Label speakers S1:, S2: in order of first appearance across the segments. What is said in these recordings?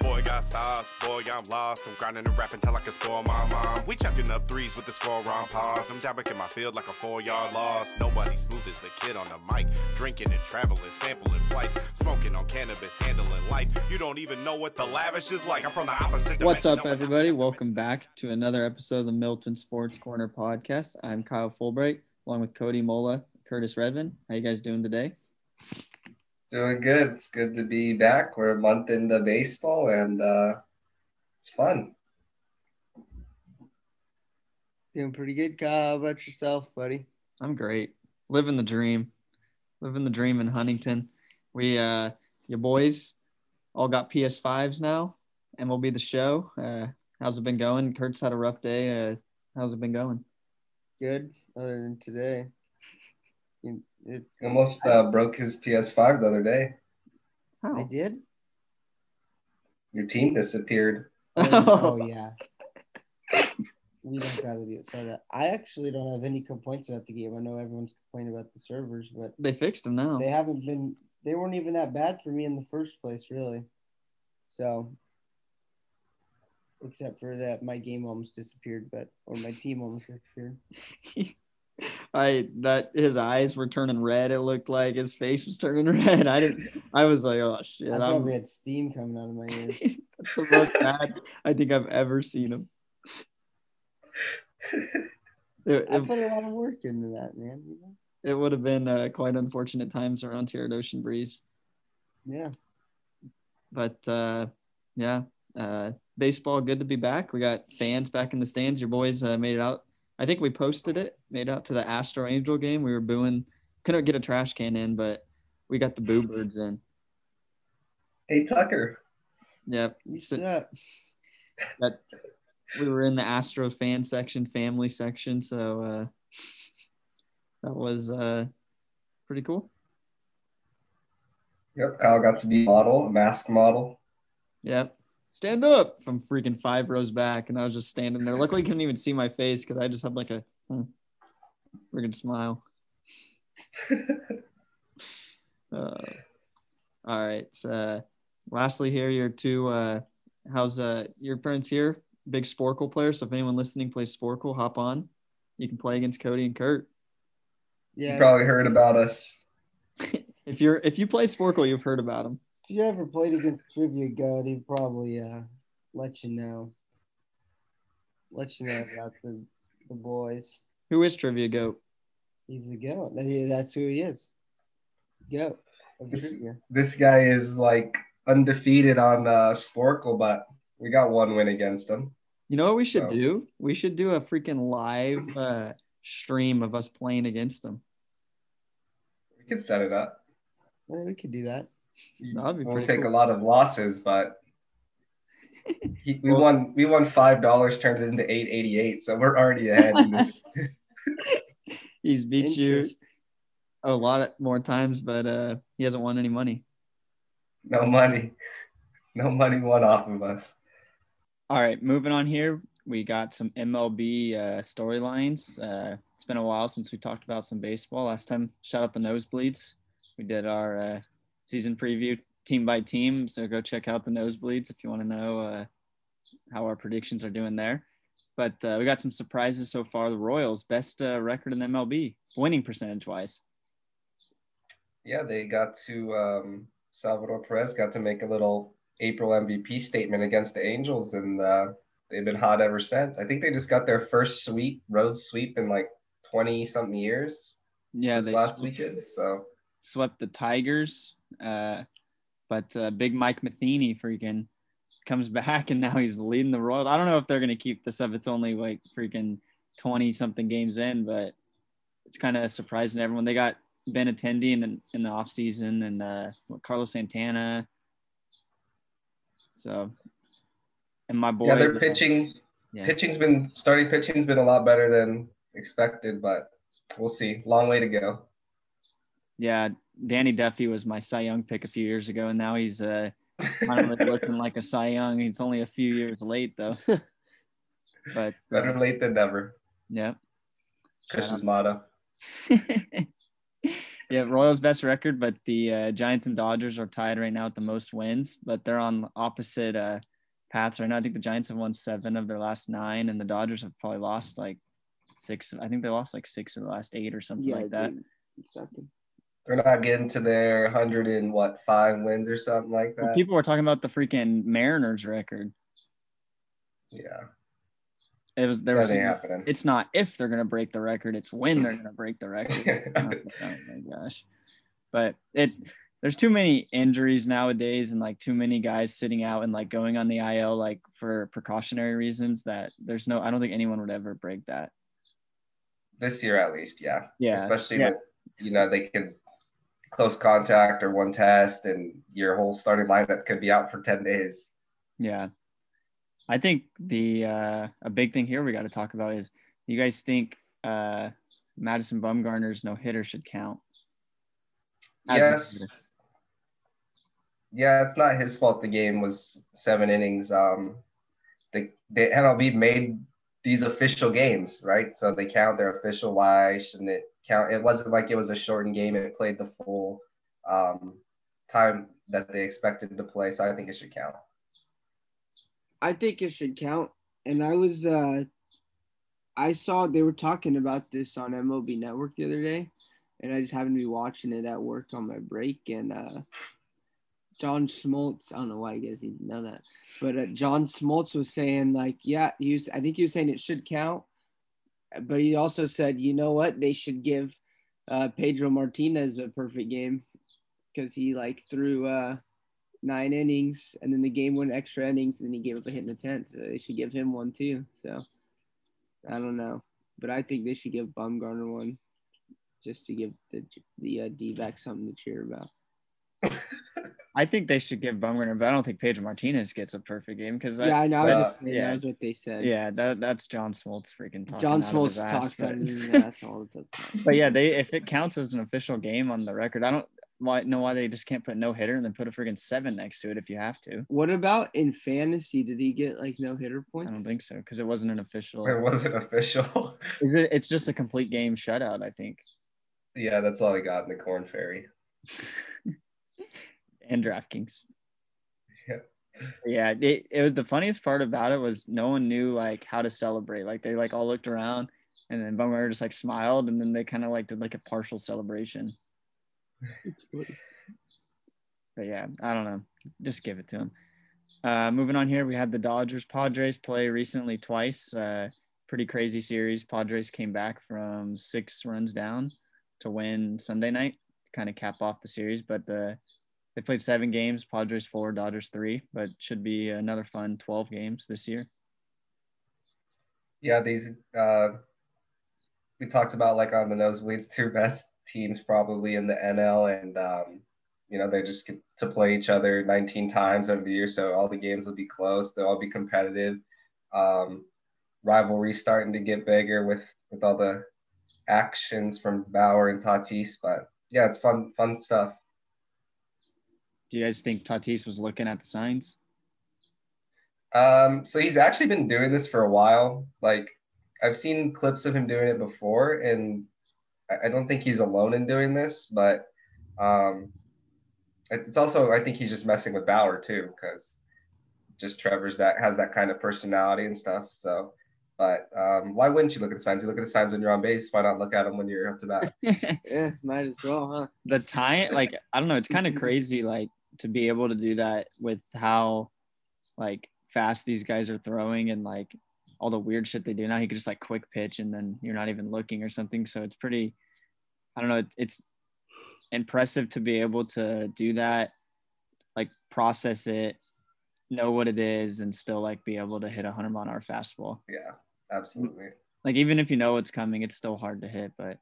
S1: Boy, got sauce, boy, I'm lost. I'm grinding and rapping till I can score my mom. We chucking up threes with the score on pause. I'm down back in my field like a four yard loss. Nobody smooth as the kid on the mic. Drinking and traveling, sampling flights. Smoking on cannabis, handling life. You don't even know what the lavish is like. I'm from the opposite.
S2: What's
S1: dimension.
S2: up, everybody? Welcome back to another episode of the Milton Sports Corner podcast. I'm Kyle Fulbright, along with Cody Mola, Curtis Redman. How you guys doing today?
S3: Doing good. It's good to be back. We're a month into baseball and uh, it's fun.
S4: Doing pretty good, Kyle. How about yourself, buddy?
S2: I'm great. Living the dream. Living the dream in Huntington. We, uh, your boys, all got PS5s now. MLB the show. Uh, how's it been going? Kurt's had a rough day. Uh, how's it been going?
S4: Good, other than today. You- it,
S3: He Almost uh, broke his PS5 the other day.
S4: I
S2: How?
S4: did?
S3: Your team disappeared.
S4: Oh, yeah. We don't gotta do it. So that I actually don't have any complaints about the game. I know everyone's complaining about the servers, but
S2: They fixed him now.
S4: they haven't been they weren't even that bad for me in the first place, really. So except for that my game almost disappeared, but or my team almost disappeared.
S2: I that his eyes were turning red. It looked like his face was turning red. I didn't. I was like, oh shit.
S4: I
S2: I'm-
S4: probably had steam coming out of my ears.
S2: That's the most bad I think I've ever seen him. It,
S4: I
S2: it,
S4: put a lot of work into that, man. You know?
S2: it would have been uh, quite unfortunate times around here at Ocean Breeze,
S4: Yeah.
S2: but uh, yeah, uh, baseball good to be back. We got fans back in the stands. Your boys uh, made it out. I think we posted it. Made it out to the Astro Angel game. We were booing. Couldn't get a trash can in, but we got the boo birds in.
S3: Hey, Tucker.
S2: Yep.
S4: You
S2: So-
S4: stood up.
S2: we were in the Astro fan section, family section, so uh, that was uh, pretty cool.
S3: Yep, Kyle got to be a model, a mask model.
S2: Yep. Stand up from freaking five rows back, and I was just standing there. Luckily, couldn't even see my face because I just had like a hmm, freaking smile. uh, all right. So, uh, lastly, here your two. Uh, how's uh, your parents here? Big Sporkle player. So if anyone listening plays Sporkle, hop on. You can play against Cody and Kurt.
S3: You
S4: Yeah.
S3: probably heard about us.
S2: if you're if you play Sporkle, you've heard about him.
S4: If you ever played against Trivia God, he'd probably uh, let you know. Let you know about the, the boys.
S2: Who is Trivia Goat?
S4: He's the goat. That- he- That's who he is. Goat of
S3: Is-
S4: trivia.
S3: This guy is like undefeated on uh, Sporkle, but we got one win against him.
S2: You know what we should
S3: Oh.
S2: do? We should do a freaking live uh, stream of us playing against him.
S3: We could set it up.
S4: Well, we could do that.
S2: That'd be
S3: we'll
S2: pretty
S3: take
S2: cool.
S3: a lot of losses, but he, we
S2: Well-
S3: won. We won five dollars, turned it into eight eighty eight. So we're already ahead. in this.
S2: He's beat you
S4: Interest.
S2: a lot more times, but uh, he hasn't won any money.
S3: no money, no money won off of us.
S5: All right, moving on here. We got some MLB uh, storylines. Uh, it's been a while since we talked about some baseball. Last time, shout out the Nosebleeds. We did our uh, season preview team by team. So go check out the Nosebleeds if you want to know uh, how our predictions are doing there. But uh, we got some surprises so far. The Royals, best uh, record in the MLB, winning percentage wise.
S3: Yeah, they got to um, Salvador Perez got to make a little April MVP statement against the Angels, and uh, they've been hot ever since. I think they just got their first sweep road sweep in like twenty something years
S5: Yeah,
S3: this
S5: they
S3: last weekend. So
S5: swept the Tigers. Uh, but uh, big Mike Matheny freaking comes back and now he's leading the Royals. I don't know if they're going to keep this up. It's only like freaking 20 something games in, but it's kind of surprising to everyone. They got Ben Attendee in, in the offseason and uh, what, Carlos Santana. So, and my boy.
S3: yeah, their
S5: uh,
S3: pitching
S5: yeah.
S3: pitching's been starting pitching's been a lot better than expected, but we'll see. Long way to go.
S5: Yeah, Danny Duffy was my Cy Young pick a few years ago, and now he's uh, finally looking like a Cy Young. He's only a few years late though. but uh,
S3: Better late than never.
S5: yeah,
S3: Chris's motto.
S2: yeah, Royals best record, but the uh, Giants and Dodgers are tied right now with the most wins, but they're on opposite uh, paths right now. I think the Giants have won seven of their last nine, and the Dodgers have probably lost like six. I think they lost like six of the last eight or something like that.
S4: dude, Something.
S3: They're not getting to their hundred and what five wins or something like
S2: Well,
S3: that.
S2: people were talking about the freaking Mariners record.
S3: yeah,
S2: It was there
S3: that
S2: was
S3: ain't
S2: some-
S3: happening.
S2: it's not if they're gonna break the record, it's when they're gonna break the record. oh my gosh. But it there's too many injuries nowadays and like too many guys sitting out and like going on the IL like for precautionary reasons that there's no I don't think anyone would ever break that.
S3: this year at least, yeah.
S2: Yeah.
S3: Especially
S2: yeah.
S3: with you know they can close contact or one test, and your whole starting lineup could be out for ten days.
S2: Yeah. I think the uh a big thing here we gotta talk about is you guys think uh Madison Bumgarner's no hitter should count. as a
S3: Yes.
S2: hitter?
S3: Yeah, it's not his fault. The game was seven innings. Um, the the MLB made these official games, right? So they count their official. Why shouldn't it count? It wasn't like it was a shortened game. It played the full um, time that they expected to play. So I think it should count.
S4: I think it should count. And I was, uh, I saw they were talking about this on MLB Network the other day, and I just happened to be watching it at work on my break. And uh, John Smoltz, I don't know why you guys need to know that, but uh, John Smoltz was saying like, yeah, he was. I think he was saying it should count, but he also said, you know what, they should give uh, Pedro Martinez a perfect game because he like threw. Uh, nine innings, and then the game went extra innings, and then he gave up a hit in the tenth. Uh, they should give him one too. So I don't know, but I think they should give Bumgarner one, just to give the the uh, D-back something to cheer about.
S2: I think they should give Bumgarner, but I don't think Pedro Martinez gets a perfect game because
S4: yeah, I know. I was-
S2: well,
S4: yeah,
S2: yeah.
S4: that was what they said.
S2: Yeah, that that's John Smoltz freaking talking.
S4: John
S2: out of his
S4: Smoltz
S2: ass,
S4: talks
S2: but,
S4: on his ass all the time.
S2: but yeah, they if it counts as an official game on the record, I don't why know why they just can't put no hitter and then put a freaking seven next to it if you have to.
S4: What about in fantasy? Did he get like no hitter
S2: I
S4: points?
S2: don't think so because it wasn't an official.
S3: It wasn't official.
S2: Is it? It's just a complete game shutout. I think
S3: yeah, that's all I got in the corn fairy.
S2: and DraftKings.
S3: Yeah.
S2: Yeah, it, it was the funniest part about it was no one knew like how to celebrate. Like they like all looked around and then Bumgarner just like smiled and then they kind of like did like a partial celebration.
S4: It's funny.
S2: But yeah, I don't know. Just give it to him. Uh, moving on here, we had the Dodgers Padres play recently twice. Uh, pretty crazy series. Padres came back from six runs down to win Sunday night to kind of cap off the series. But the, they played seven games Padres four, Dodgers three, but should be another fun 12 games this year.
S3: Yeah, these uh, we talked about like on the nosebleeds, two best teams probably in the NL, and um, you know they just get to play each other 19 times over the year, so all the games will be close. They'll all be competitive. Um, rivalry starting to get bigger with with all the actions from Bauer and Tatis, but yeah, it's fun fun stuff.
S2: Do you guys think Tatis was looking at the signs?
S3: Um, so he's actually been doing this for a while. Like I've seen clips of him doing it before, and I I don't think he's alone in doing this. But um, it's also I think he's just messing with Bauer too, because just Trevor's that has that kind of personality and stuff. So, but um, why wouldn't you look at the signs? You look at the signs when you're on base. Why not look at them when you're up to bat?
S4: Yeah, Eh, might as well, huh?
S2: the time like i don't know it's kind of crazy like to be able to do that with how like fast these guys are throwing and like all the weird shit they do now he could just like quick pitch and then you're not even looking or something so it's pretty i don't know it's, it's impressive to be able to do that like process it know what it is and still like be able to hit a 100 mile an hour fastball
S3: yeah, absolutely.
S2: like even if you know what's coming it's still hard to hit but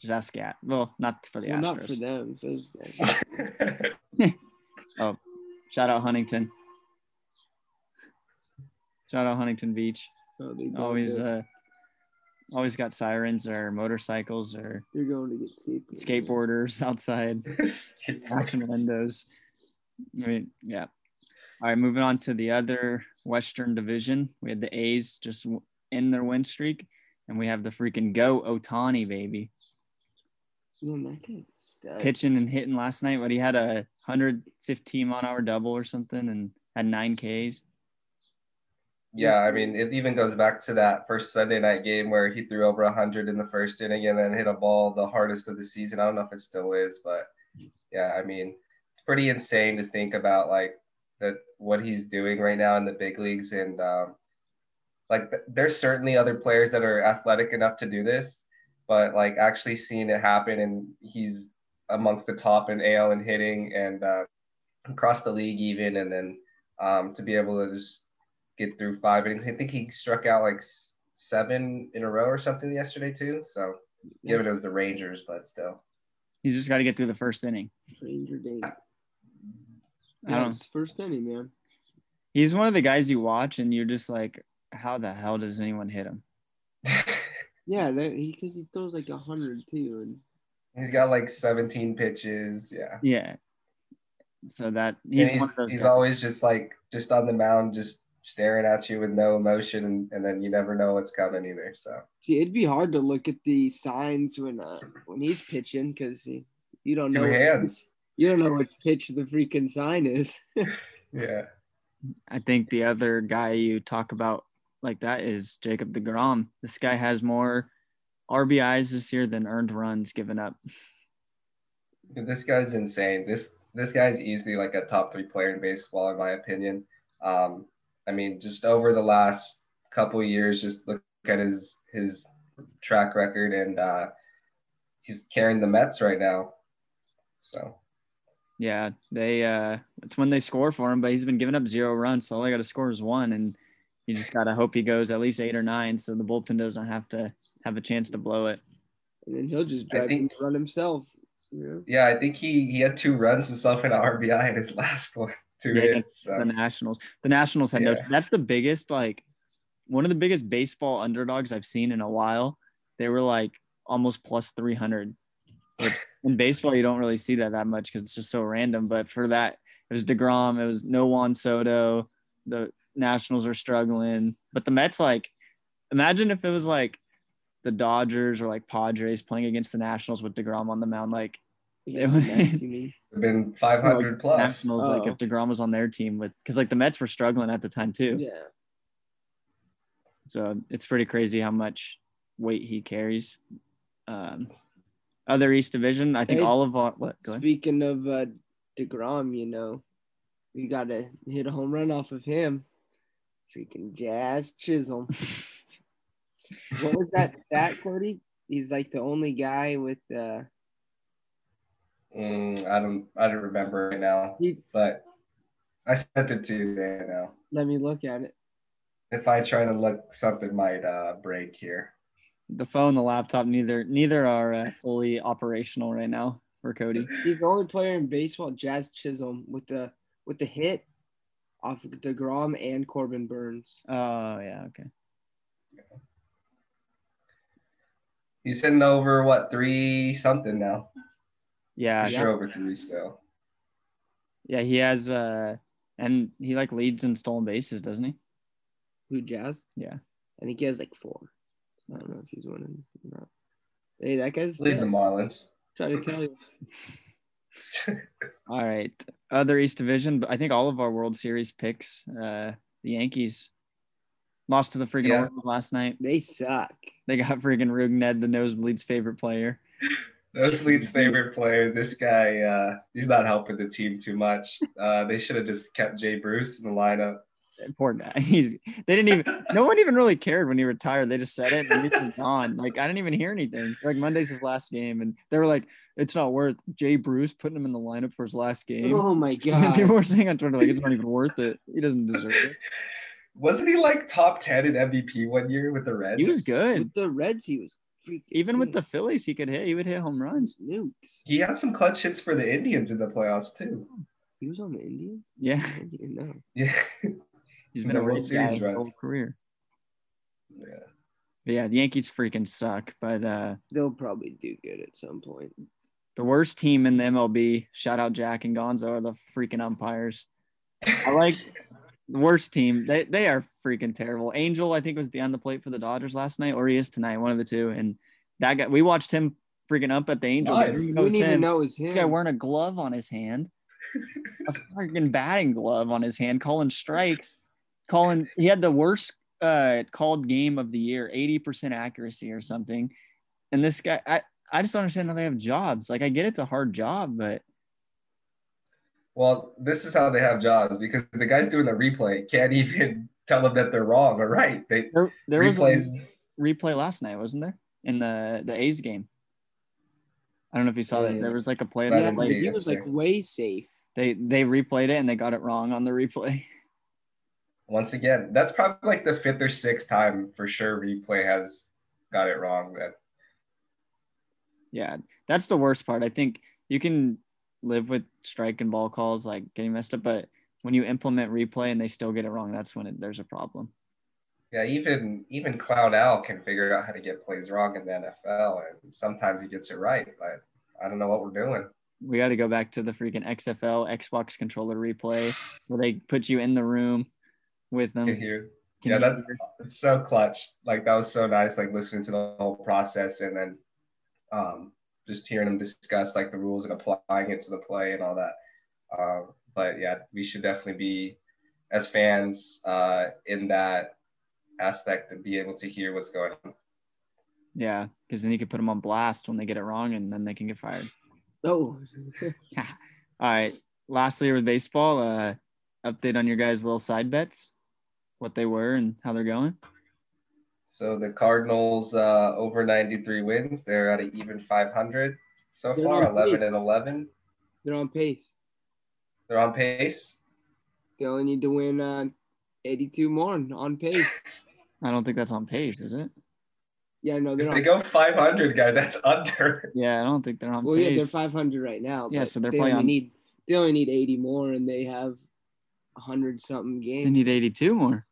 S2: just ask at well not for the
S4: well,
S2: Astros.
S4: not for them. Those guys.
S2: Shout out Huntington. Shout out Huntington Beach.
S4: Oh, they don't
S2: Always
S4: do it.
S2: uh always got sirens or motorcycles or
S4: they're going to get skateboarded.
S2: skateboarders outside action windows. I mean, yeah. All right, moving on to the other Western division. We had the A's just w- in their win streak, and we have the freaking go Otani baby.
S4: Man, that guy's a stud.
S2: pitching and hitting last night, but he had a 115 mile an hour double or something and had nine Ks.
S3: Yeah, I mean, it even goes back to that first Sunday night game where he threw over 100 in the first inning and then hit a ball the hardest of the season. I don't know if it still is, but yeah, I mean, it's pretty insane to think about like that what he's doing right now in the big leagues and um, like th- there's certainly other players that are athletic enough to do this, but like actually seeing it happen and he's amongst the top in AL and hitting and uh, across the league even, and then um, to be able to just get through five innings. I think he struck out like s- seven in a row or something yesterday too. So given it was the Rangers, but still.
S2: He's just got to get through the first inning.
S4: Ranger Day.
S2: I don't-
S4: That's first inning, man.
S2: He's one of the guys you watch and you're just like, how the hell does anyone hit him?
S4: Yeah, that he because he throws like a hundred too, and
S3: he's got like 17 pitches. Yeah.
S2: Yeah. So that
S3: And
S2: he's, one of those.
S3: he's
S2: guys.
S3: always just like just on the mound, just staring at you with no emotion, and, and then you never know what's coming either. So
S4: see, it'd be hard to look at the signs when uh when he's pitching because you don't
S3: two
S4: know
S3: hands.
S4: you don't know which pitch the freaking sign is.
S3: Yeah.
S2: I think the other guy you talk about like that is Jacob DeGrom. This guy has more RBIs this year than earned runs given up.
S3: Dude, This guy's insane. This this guy's easily like a top three player in baseball, in my opinion. Um, I mean, just over the last couple of years, just look at his his track record, and uh, he's carrying the Mets right now. So
S2: Yeah, they uh it's when they score for him, but he's been giving up zero runs, so all I gotta score is one and you just gotta hope he goes at least eight or nine so the bullpen doesn't have to have a chance to blow it.
S4: and then he'll just
S3: I
S4: drive
S3: think-
S4: and run himself. You know?
S3: yeah, I think he he had two runs himself in an RBI in his last one, two
S2: Yeah,
S3: hits. So.
S2: The Nationals. The Nationals had no
S3: Yeah.
S2: that's the biggest like one of the biggest baseball underdogs I've seen in a while. They were like almost plus three hundred. In baseball, you don't really see that that much because it's just so random. But for that, it was Degrom. It was no Juan Soto. The Nationals are struggling, but the Mets like, imagine if it was like the Dodgers or like Padres playing against the Nationals with Degrom on the mound. Like
S4: Against the Mets, you mean?
S3: been 500 plus.
S2: Nationals, like
S4: Oh.
S2: if Degrom was on their team with, because like the Mets were struggling at the time too.
S4: Yeah.
S2: So it's pretty crazy how much weight he carries. Um, other East Division, I think
S4: Hey,
S2: all of our what go ahead.
S4: Speaking of uh, Degrom, you know, we got to hit a home run off of him. Freaking Jazz Chisholm. what was that stat, Cody? He's like the only guy with uh,
S3: Mm, I don't I don't remember right now,
S4: he.
S3: but I sent it to you there now.
S4: Let me look at it.
S3: If I try to look, something might uh, break here.
S2: the phone, the laptop, neither neither are uh, fully operational right now for Cody.
S4: He's the only player in baseball, Jazz Chisholm, with the with the hit off of Degrom and Corbin Burns.
S2: Oh yeah, okay.
S3: He's hitting over what three something now.
S2: Yeah,
S3: He's sure over three still.
S2: yeah, he has uh, and he like leads in stolen bases, doesn't he?
S4: Who Jazz?
S2: Yeah.
S4: I think he has like four. I don't know if he's winning or not. Hey, that guy's
S3: He's leading the Marlins.
S4: trying to tell you.
S2: All right, other East Division, but I think all of our World Series picks, uh, the Yankees lost to the freaking
S3: Yeah.
S2: Orioles last night.
S4: They suck.
S2: They got freaking Rugned, the nosebleeds favorite player.
S3: That's Leeds' favorite player. This guy, uh, he's not helping the team too much. Uh, they should have just kept Jay Bruce in the lineup.
S2: Poor guy. He's they didn't even no one even really cared when he retired. They just said it and he was gone. Like I didn't even hear anything. Like Monday's his last game, and they were like, it's not worth Jay Bruce putting him in the lineup for his last game.
S4: Oh my
S2: And people
S4: god.
S2: were saying on Twitter, like it's not even worth it. He doesn't deserve it.
S3: Wasn't he like top ten in MVP one year with the Reds?
S2: He was good.
S4: With the Reds, he was freaking
S2: Even with the Phillies, he could hit. He would hit home runs.
S4: nukes.
S3: He had some clutch hits for the Indians in the playoffs too.
S4: He was on the Indian.
S2: Yeah,
S4: I didn't know.
S3: Yeah.
S2: he's been a
S3: The World
S2: World Series
S3: Series
S2: his
S3: run.
S2: whole career.
S3: yeah.
S2: But yeah, the Yankees freaking suck. But uh,
S4: They'll probably do good at some point.
S2: the worst team in the MLB. Shout out Jack and Gonzo are the freaking umpires. I like the worst team. They they are freaking terrible. Angel, I think, was behind the plate for the Dodgers last night, or he is tonight, one of the two. And that guy, we watched him freaking up at the Angel.
S4: I
S2: game.
S4: didn't
S2: It was
S4: even
S2: him.
S4: know it was him.
S2: This guy wearing a glove on his hand, a freaking batting glove on his hand, calling strikes, calling. He had the worst uh, called game of the year, eighty percent accuracy or something. And this guy, I, I just don't understand how they have jobs. Like I get it's a hard job, but
S3: Well, this is how they have jobs because the guys doing the replay can't even tell them that they're wrong or right. They
S2: there, there was a
S3: replays.
S2: replay last night, wasn't there? In the the A's game. I don't know if you saw
S3: Oh,
S2: that. There was like a play
S3: I
S2: that
S4: yeah,
S3: didn't
S4: but
S2: like
S3: see
S4: he
S3: it
S4: was like
S3: yesterday.
S4: way safe.
S2: they they replayed it and they got it wrong on the replay.
S3: Once again, that's probably like the fifth or sixth time for sure replay has got it wrong. That
S2: Yeah, that's the worst part. I think you can live with strike and ball calls like getting messed up, but when you implement replay and they still get it wrong, that's when it, there's a problem.
S3: yeah, even even Cloud Al can figure out how to get plays wrong in the NFL, and sometimes he gets it right. But I don't know what we're doing.
S2: We got to go back to the freaking XFL Xbox controller replay where they put you in the room with them.
S3: You hear-
S2: Can
S3: yeah,
S2: you-
S3: that's it's so clutch. Like that was so nice. Like listening to the whole process and then um, just hearing them discuss like the rules and applying it to the play and all that. Um, but yeah, we should definitely be as fans uh, in that aspect and be able to hear what's going on.
S2: yeah, because then you could put them on blast when they get it wrong, and then they can get fired.
S4: Oh,
S2: All right. Lastly, with baseball, uh, update on your guys' little side bets, what they were and how they're going.
S3: So the Cardinals uh, over 93 wins. They're at an even 500 so
S4: They're
S3: far,
S4: on pace.
S3: 11 and 11.
S4: they're on pace.
S3: They're on pace.
S4: They only need to win uh, 82 more on- on pace.
S2: I don't think that's on pace, is it?
S4: Yeah, no, they're
S3: If they
S4: on.
S3: go 500, guy, that's under.
S2: Yeah, I don't think they're on
S4: Well, yeah,
S2: pace.
S4: they're 500 right now.
S2: Yeah,
S4: but
S2: so they're
S4: they
S2: probably
S4: only
S2: on-
S4: need they only need 80 more, and they have 100 something games.
S2: They need 82 more.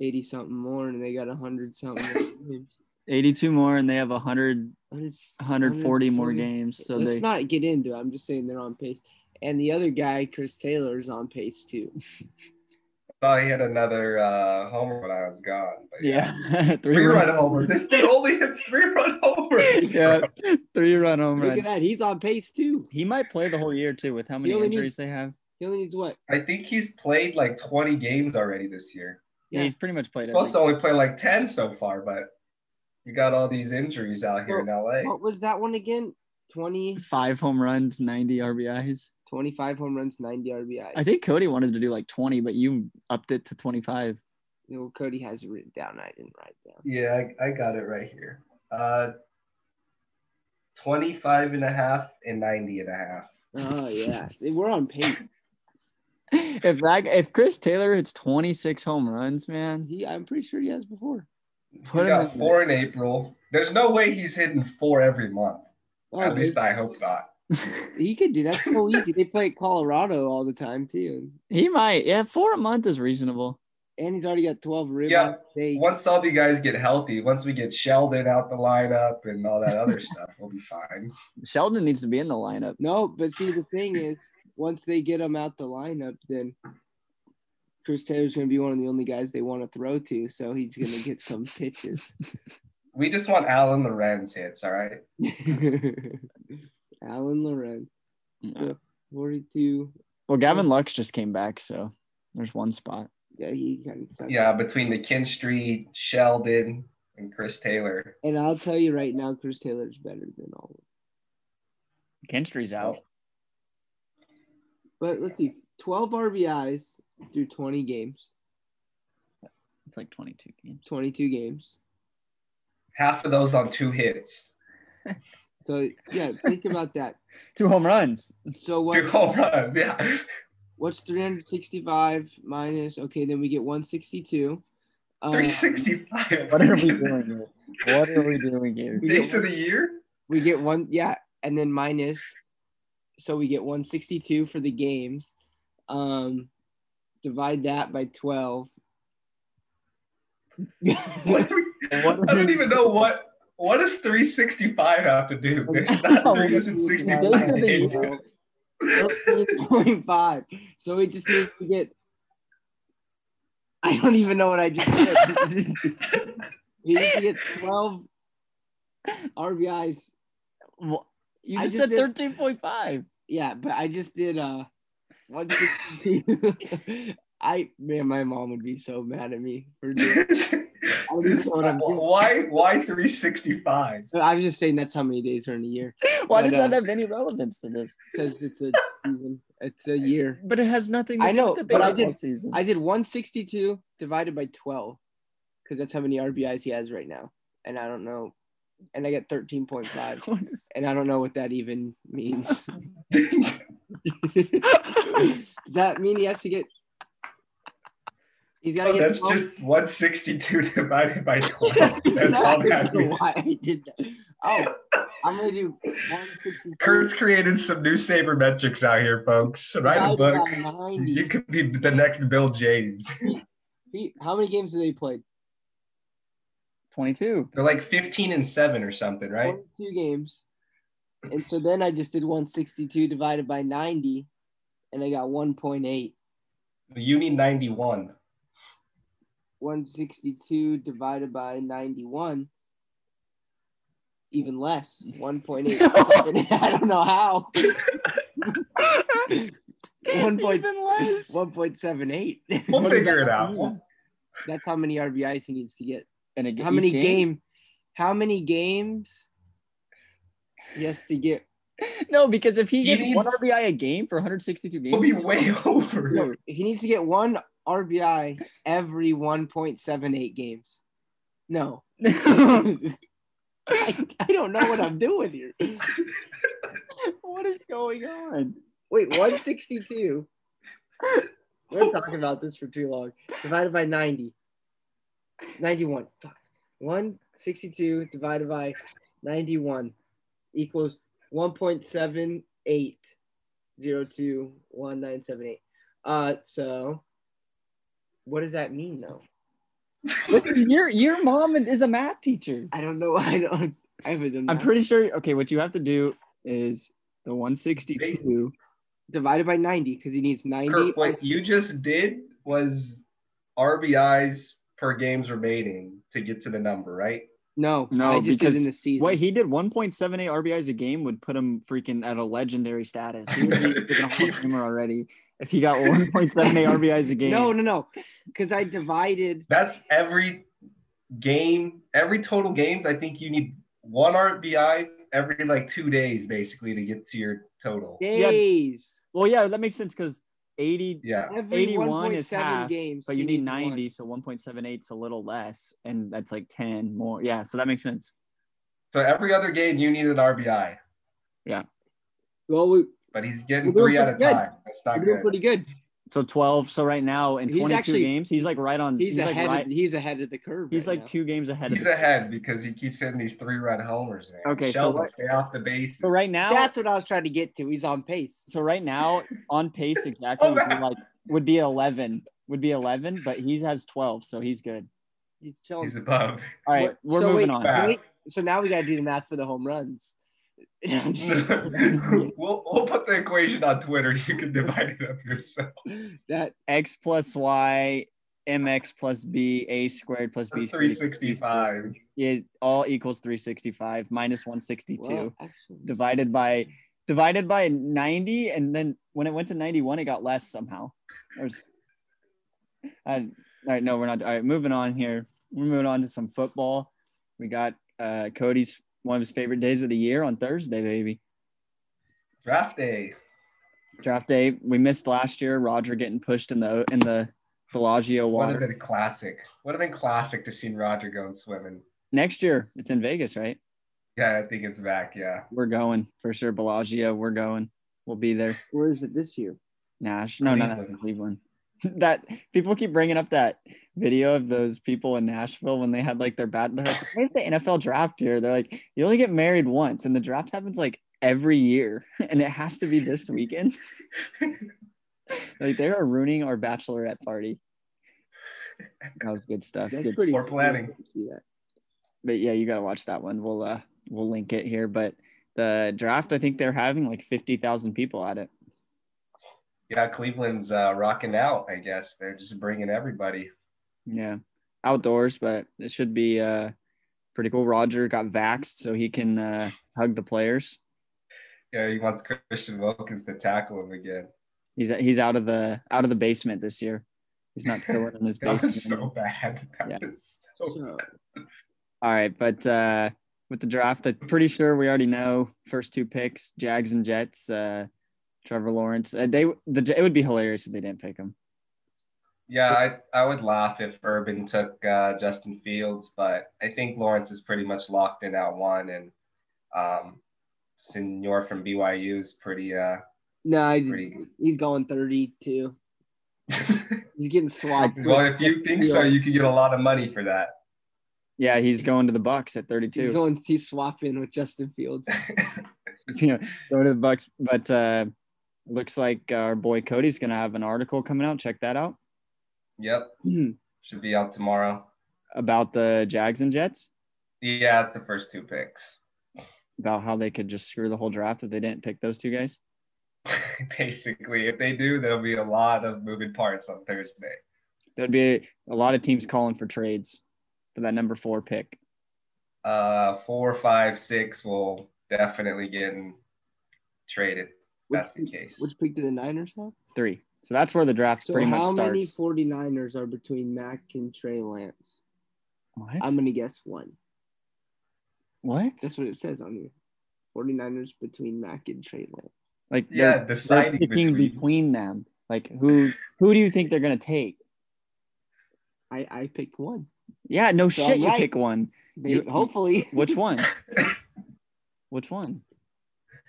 S4: 80 something more, and they got 100 something games.
S2: 82 more, and they have 100,
S4: 100,
S2: 140 more games. So
S4: Let's
S2: they,
S4: not get into it. I'm just saying they're on pace. And the other guy, Chris Taylor, is on pace too.
S3: thought he had another uh, homer when I was gone. But
S2: yeah,
S3: Three
S2: run-
S3: run homer. This dude only hits three run homer.
S2: yeah, three run home
S4: Look at
S2: run.
S4: that. He's on pace too.
S2: He might play the whole year too, with how many
S4: He only
S2: injuries they have.
S4: He only needs what?
S3: I think he's played like 20 games already this year.
S2: Yeah,
S4: Yeah.
S2: he's pretty much played it.
S3: Supposed to only play like 10 so far, but you got all these injuries out here in LA.
S4: What was that one again? 20,
S2: Five home runs, 90 RBIs.
S4: 25 home runs, 90 RBI.
S2: I think Cody wanted to do like 20, but you upped it to 25.
S4: Well, Cody has it written down. I didn't write it down.
S3: Yeah, I, I got it right here. Uh, 25 and a half and 90 and a half.
S4: Oh yeah, They we're on pace.
S2: If that, if Chris Taylor hits 26 home runs, man,
S4: He, I'm pretty sure he has before.
S2: Put
S3: he
S2: him
S3: got
S2: in
S3: four in April. There's no way he's hitting four every month.
S4: Oh,
S3: At least
S4: dude,
S3: I hope not.
S4: he could do that so easy. They play Colorado all the time too,
S2: he might. Yeah, four a month is reasonable.
S4: and he's already got 12 ribs.
S3: Yeah, once all the guys get healthy, once we get Sheldon out the lineup and all that other stuff, we'll be fine.
S2: Sheldon needs to be in the lineup.
S4: No, but see, the thing is, once they get him out the lineup, then Chris Taylor's going to be one of the only guys they want to throw to. So he's going to get some pitches.
S3: We just want Alan Lorenz hits, all right?
S4: Alan Loren, 42.
S2: Well, Gavin Lux just came back, so there's one spot.
S4: Yeah, he kind of sucked.
S3: Yeah, between the Kinstry, Sheldon, and Chris Taylor.
S4: And I'll tell you right now, Chris Taylor's better than all of them.
S2: Kinstry's out.
S4: But let's see, 12 RBIs through 20 games,
S2: It's like 22 games.
S4: 22 games.
S3: Half of those on two hits,
S4: So yeah, think about that.
S2: Two home runs.
S4: So what?
S3: two home runs. Yeah.
S4: what's 365 minus okay then we get 162 um,
S3: 365.
S2: Uh, What are we doing here? What are we doing here?
S3: Days of the year?
S4: we get one yeah and then minus so we get 162 for the games um divide that by 12
S3: What are we-
S2: What are
S3: I don't
S2: we-
S3: even know what. What does 365 have to do? There's not
S2: Oh,
S3: 365 days.
S4: Basically, 13.5 so we just need to get i don't even know what i just said we need to get 12 RBIs.
S2: Wha- You
S4: I
S2: just,
S4: just
S2: said
S4: did-
S2: thirteen point five.
S4: Yeah, but I just did uh 116. I man, my mom would be so mad at me for doing. don't even know what I'm doing.
S3: why why 365?
S4: I was just saying that's how many days are in a year
S2: Why
S4: But,
S2: does that
S4: uh,
S2: have any relevance to this?
S4: because it's a season. It's a year.
S2: But it has nothing. To
S4: I
S2: do
S4: know,
S2: with the
S4: but I
S2: baseball
S4: did-
S2: Season.
S4: I did 162 divided by 12 because that's how many RBIs he has right now, and I don't know, and I get 13.5,
S2: What is-
S4: and I don't know what that even means.
S3: Oh,
S4: Does that mean he has to get? He's got to
S3: Oh,
S4: get.
S3: that's
S4: 12
S3: just 162 divided by 12. That's all
S4: Exactly. I
S3: that
S4: don't know
S3: means.
S4: why I did that. Oh, I'm gonna do 162.
S3: Kurt's created some new saber metrics out here, folks. Write a
S4: divided
S3: book.
S4: by 90.
S3: You could be the next Bill James.
S4: He- how many games did they play?
S2: Twenty-two.
S3: They're like 15 and 7 or something, right?
S4: Two games. And so then I just did 162 divided by 90, and I got 1.8.
S3: You need 91.
S4: 162 divided by 91, even less. 1.8. I don't know how. One point-
S2: Even less.
S4: 1.78.
S3: We'll
S2: What does
S3: figure
S2: that
S3: it out.
S2: mean?
S3: We'll-
S4: That's how many RBIs he needs to get.
S2: And a g-
S4: How
S2: each
S4: many game? How many games? Yes, to get.
S2: No, because if he
S3: He
S2: gets
S3: needs-
S2: one RBI a game for 162 games,
S3: We'll be way over.
S4: No, he needs to get one RBI every 1.78 games. No, I, I don't know what I'm doing here.
S2: what is going on?
S4: Wait, 162. We're talking about this for too long. Divided by 90. 91. Fuck. 162 divided by 91 equals 1.78021978. Uh, so what does that mean though?
S2: This is your your mom is a math teacher.
S4: I don't know. I don't. I haven't done
S2: I'm
S4: that.
S2: pretty sure. Okay, what you have to do is the 162.
S4: divided by 90 because he needs 90.
S3: Kurt, what you just did was RBIs per games remaining to get to the number, right?
S4: No,
S2: No,
S4: I just
S2: because
S4: did in the season.
S2: What he did 1.78 RBIs a game would put him freaking at a legendary status. He would be freaking a Hall of Famer already if he got 1.78 RBIs a game.
S4: No, no, no. Because I divided.
S3: That's every game, every total games. I think you need one RBI every like two days basically to get to your total.
S4: Days.
S2: Well, yeah, that makes sense because 80,
S3: Yeah.
S4: Every
S2: 81 is
S4: 1.7
S2: half,
S4: games.
S2: but you
S4: he
S2: need
S4: needs
S2: 90, so 1.78 is a little less, and that's like 10 more. Yeah, so that makes sense.
S3: So every other game you need an RBI,
S4: One. Well, we,
S3: but he's getting
S4: We're doing
S3: three at a
S4: pretty good.
S3: time. That's not
S4: we're doing
S3: good.
S4: pretty good.
S2: So 12. So right now in
S4: He's
S2: 22
S4: actually-
S2: games, he's like right on.
S4: He's,
S2: like
S4: ahead.
S2: right.
S4: of, he's ahead of the curve.
S2: he's
S4: right
S2: like
S4: now.
S2: two games ahead.
S3: He's
S2: of
S3: ahead because he keeps hitting these three run homers. Man.
S2: Okay, so
S3: Sheldon,
S2: what-
S3: stay off the base.
S2: So right now,
S4: That's what I was trying to get to. He's on pace.
S2: so right now on pace exactly
S3: Oh,
S2: would be
S3: man.
S2: like would be 11. Would be 11, but he has 12, so he's good.
S4: He's chilling.
S3: he's above.
S2: All right,
S4: What-
S2: we're
S4: so
S2: moving
S4: wait,
S2: on.
S3: back.
S4: Wait, so now we got to do the math for the home runs. I'm just kidding.
S3: we'll, we'll put the equation on Twitter. You can divide it up yourself.
S4: that
S2: X plus Y, mx plus b, a squared plus b
S3: That's
S2: squared equals b squared.
S3: 365.
S2: It all equals 365 minus 162
S4: well, actually,
S2: divided by divided by 90 and then when it went to 91 it got less somehow Or- I- all right no we're not all right moving on here we're moving on to some football we got uh, cody's one of his favorite days of the year on thursday baby
S3: Draft day.
S2: draft day we missed last year roger getting pushed in the in the bellagio
S3: Would have
S2: water
S3: been classic. Would have been classic to see Roger go swimming.
S2: next year it's in vegas right
S3: Yeah, I think it's back. Yeah.
S2: we're going for sure bellagio we're going we'll be there
S4: where is it this year?
S2: Nash. No, not
S3: Cleveland.
S2: not Cleveland. that people keep bringing up that video of those people in Nashville when they had like their bad. They're like, "Where's the NFL draft here?" They're like, "You only get married once, and the draft happens like every year, and it has to be this weekend." like they are ruining our bachelorette party. That was good stuff.
S4: That's
S2: Good
S4: pretty.
S3: More
S4: cool
S3: planning.
S4: to see that.
S2: but yeah, you gotta watch that one. We'll uh we'll link it here. But the draft, I think they're having like fifty thousand people at it.
S3: Yeah, Cleveland's uh, rocking out. I guess they're just bringing everybody.
S2: Yeah, outdoors, but it should be uh pretty cool. Roger got vaxxed so he can uh, hug the players.
S3: Yeah, he wants Christian Wilkins to tackle him again.
S2: He's he's out of the out of the basement this year. He's not chilling in his
S3: That
S2: basement.
S3: was so bad. That
S2: Yeah.
S3: was so
S4: So,
S2: All right, but uh, with the draft, I'm pretty sure we already know first two picks: Jags and Jets. Uh, Trevor Lawrence. Uh, they the it would be hilarious if they didn't pick him.
S3: Yeah, I, I would laugh if Urban took uh, Justin Fields, but I think Lawrence is pretty much locked in at one, and um, Senor from BYU is pretty. Uh,
S4: no, I just,
S3: Pretty-
S4: he's going 32. He's getting swapped. with
S3: well, if you
S4: Justin
S3: think so,
S4: Fields.
S3: you could get a lot of money for that.
S2: Yeah, he's going to the Bucks at 32.
S4: He's going. He's swapping with Justin Fields.
S2: you know, go to the Bucks. But uh, looks like our boy Cody's gonna have an article coming out. Check that out
S3: Yep,
S4: Hmm.
S3: should be out tomorrow.
S2: about the Jags and Jets,
S3: Yeah, it's the first two picks,
S2: about how they could just screw the whole draft if they didn't pick those two guys.
S3: basically. If they do, there'll be a lot of moving parts on Thursday.
S2: There'd be a, lot of teams calling for trades for that number four pick.
S3: Uh, four, five, six will definitely get traded. if
S4: Which,
S3: That's the case.
S4: which pick do the Niners have?
S2: Three. So that's where the draft
S4: So
S2: pretty much
S4: how many
S2: starts.
S4: 49ers are between Mac and Trey Lance?
S2: What?
S4: I'm gonna guess one.
S2: what?
S4: That's what it says on here. 49ers between Mac and Trey Lance.
S2: Like
S3: Yeah,
S2: they're, they're
S3: deciding
S2: picking
S3: between-
S2: between. them. Like who who do you think they're gonna take?
S4: I I picked one.
S2: Yeah, no
S4: So
S2: shit.
S4: I'm
S2: You
S4: right.
S2: pick one.
S4: Maybe,
S2: You-
S4: hopefully,
S2: Which one? Which one?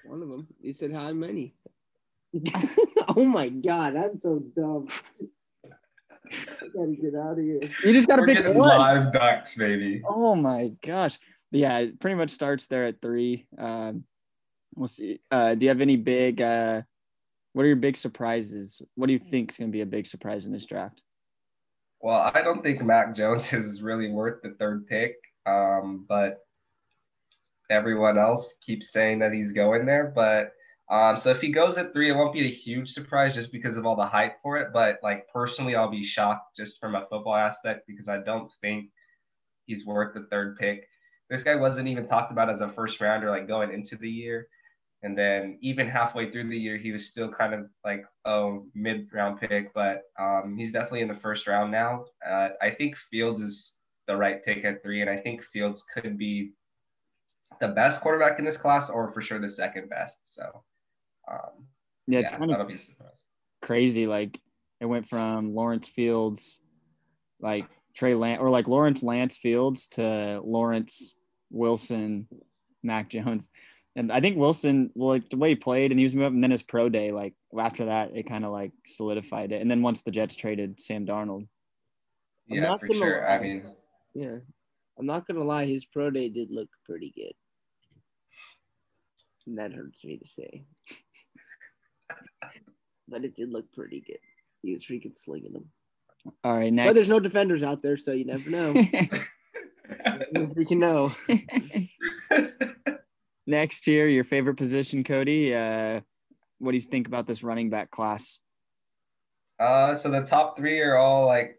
S4: one of them. He said how many? oh my god, I'm so dumb. I gotta get out of here.
S2: You just gotta
S3: We're
S2: pick
S3: getting
S2: one.
S3: live ducks, baby.
S2: Oh my gosh. But Yeah, it pretty much starts there at three. Um, we'll see. Uh, do you have any big, uh, what are your big surprises? What do you think is going to be a big surprise in this draft?
S3: Well, I don't think Mac Jones is really worth the third pick, um, but everyone else keeps saying that he's going there. But um, so if he goes at three, it won't be a huge surprise just because of all the hype for it. But like personally, I'll be shocked just from a football aspect because I don't think he's worth the third pick. This guy wasn't even talked about as a first rounder like going into the year. And then even halfway through the year, he was still kind of like, oh, mid round pick, but um, he's definitely in the first round now. Uh, I think Fields is the right pick at three, and I think Fields could be the best quarterback in this class, or for sure the second best. So, um,
S2: Yeah, it's
S3: yeah,
S2: kind of
S3: that'll be a surprise.
S2: crazy. Like it went from Lawrence Fields, like Trey Lance, or like Lawrence Lance Fields to Lawrence Wilson, Mac Jones. And I think Wilson, like the way he played and he was moving up, and then his pro day, like after that, it kind of like solidified it. And then once the Jets traded Sam Darnold,
S4: I'm
S3: Yeah,
S4: not
S3: for
S4: gonna
S3: sure. I
S4: lie.
S3: mean,
S4: Yeah. I'm not gonna lie, his pro day did look pretty good. And that hurts me to say. but it did look pretty good. He was freaking slinging them.
S2: all right, next.
S4: But there's no defenders out there, so you never know. you never freaking know.
S2: next here, your favorite position, Cody. Uh, what do you think about this running back class?
S3: Uh, so the top three are all like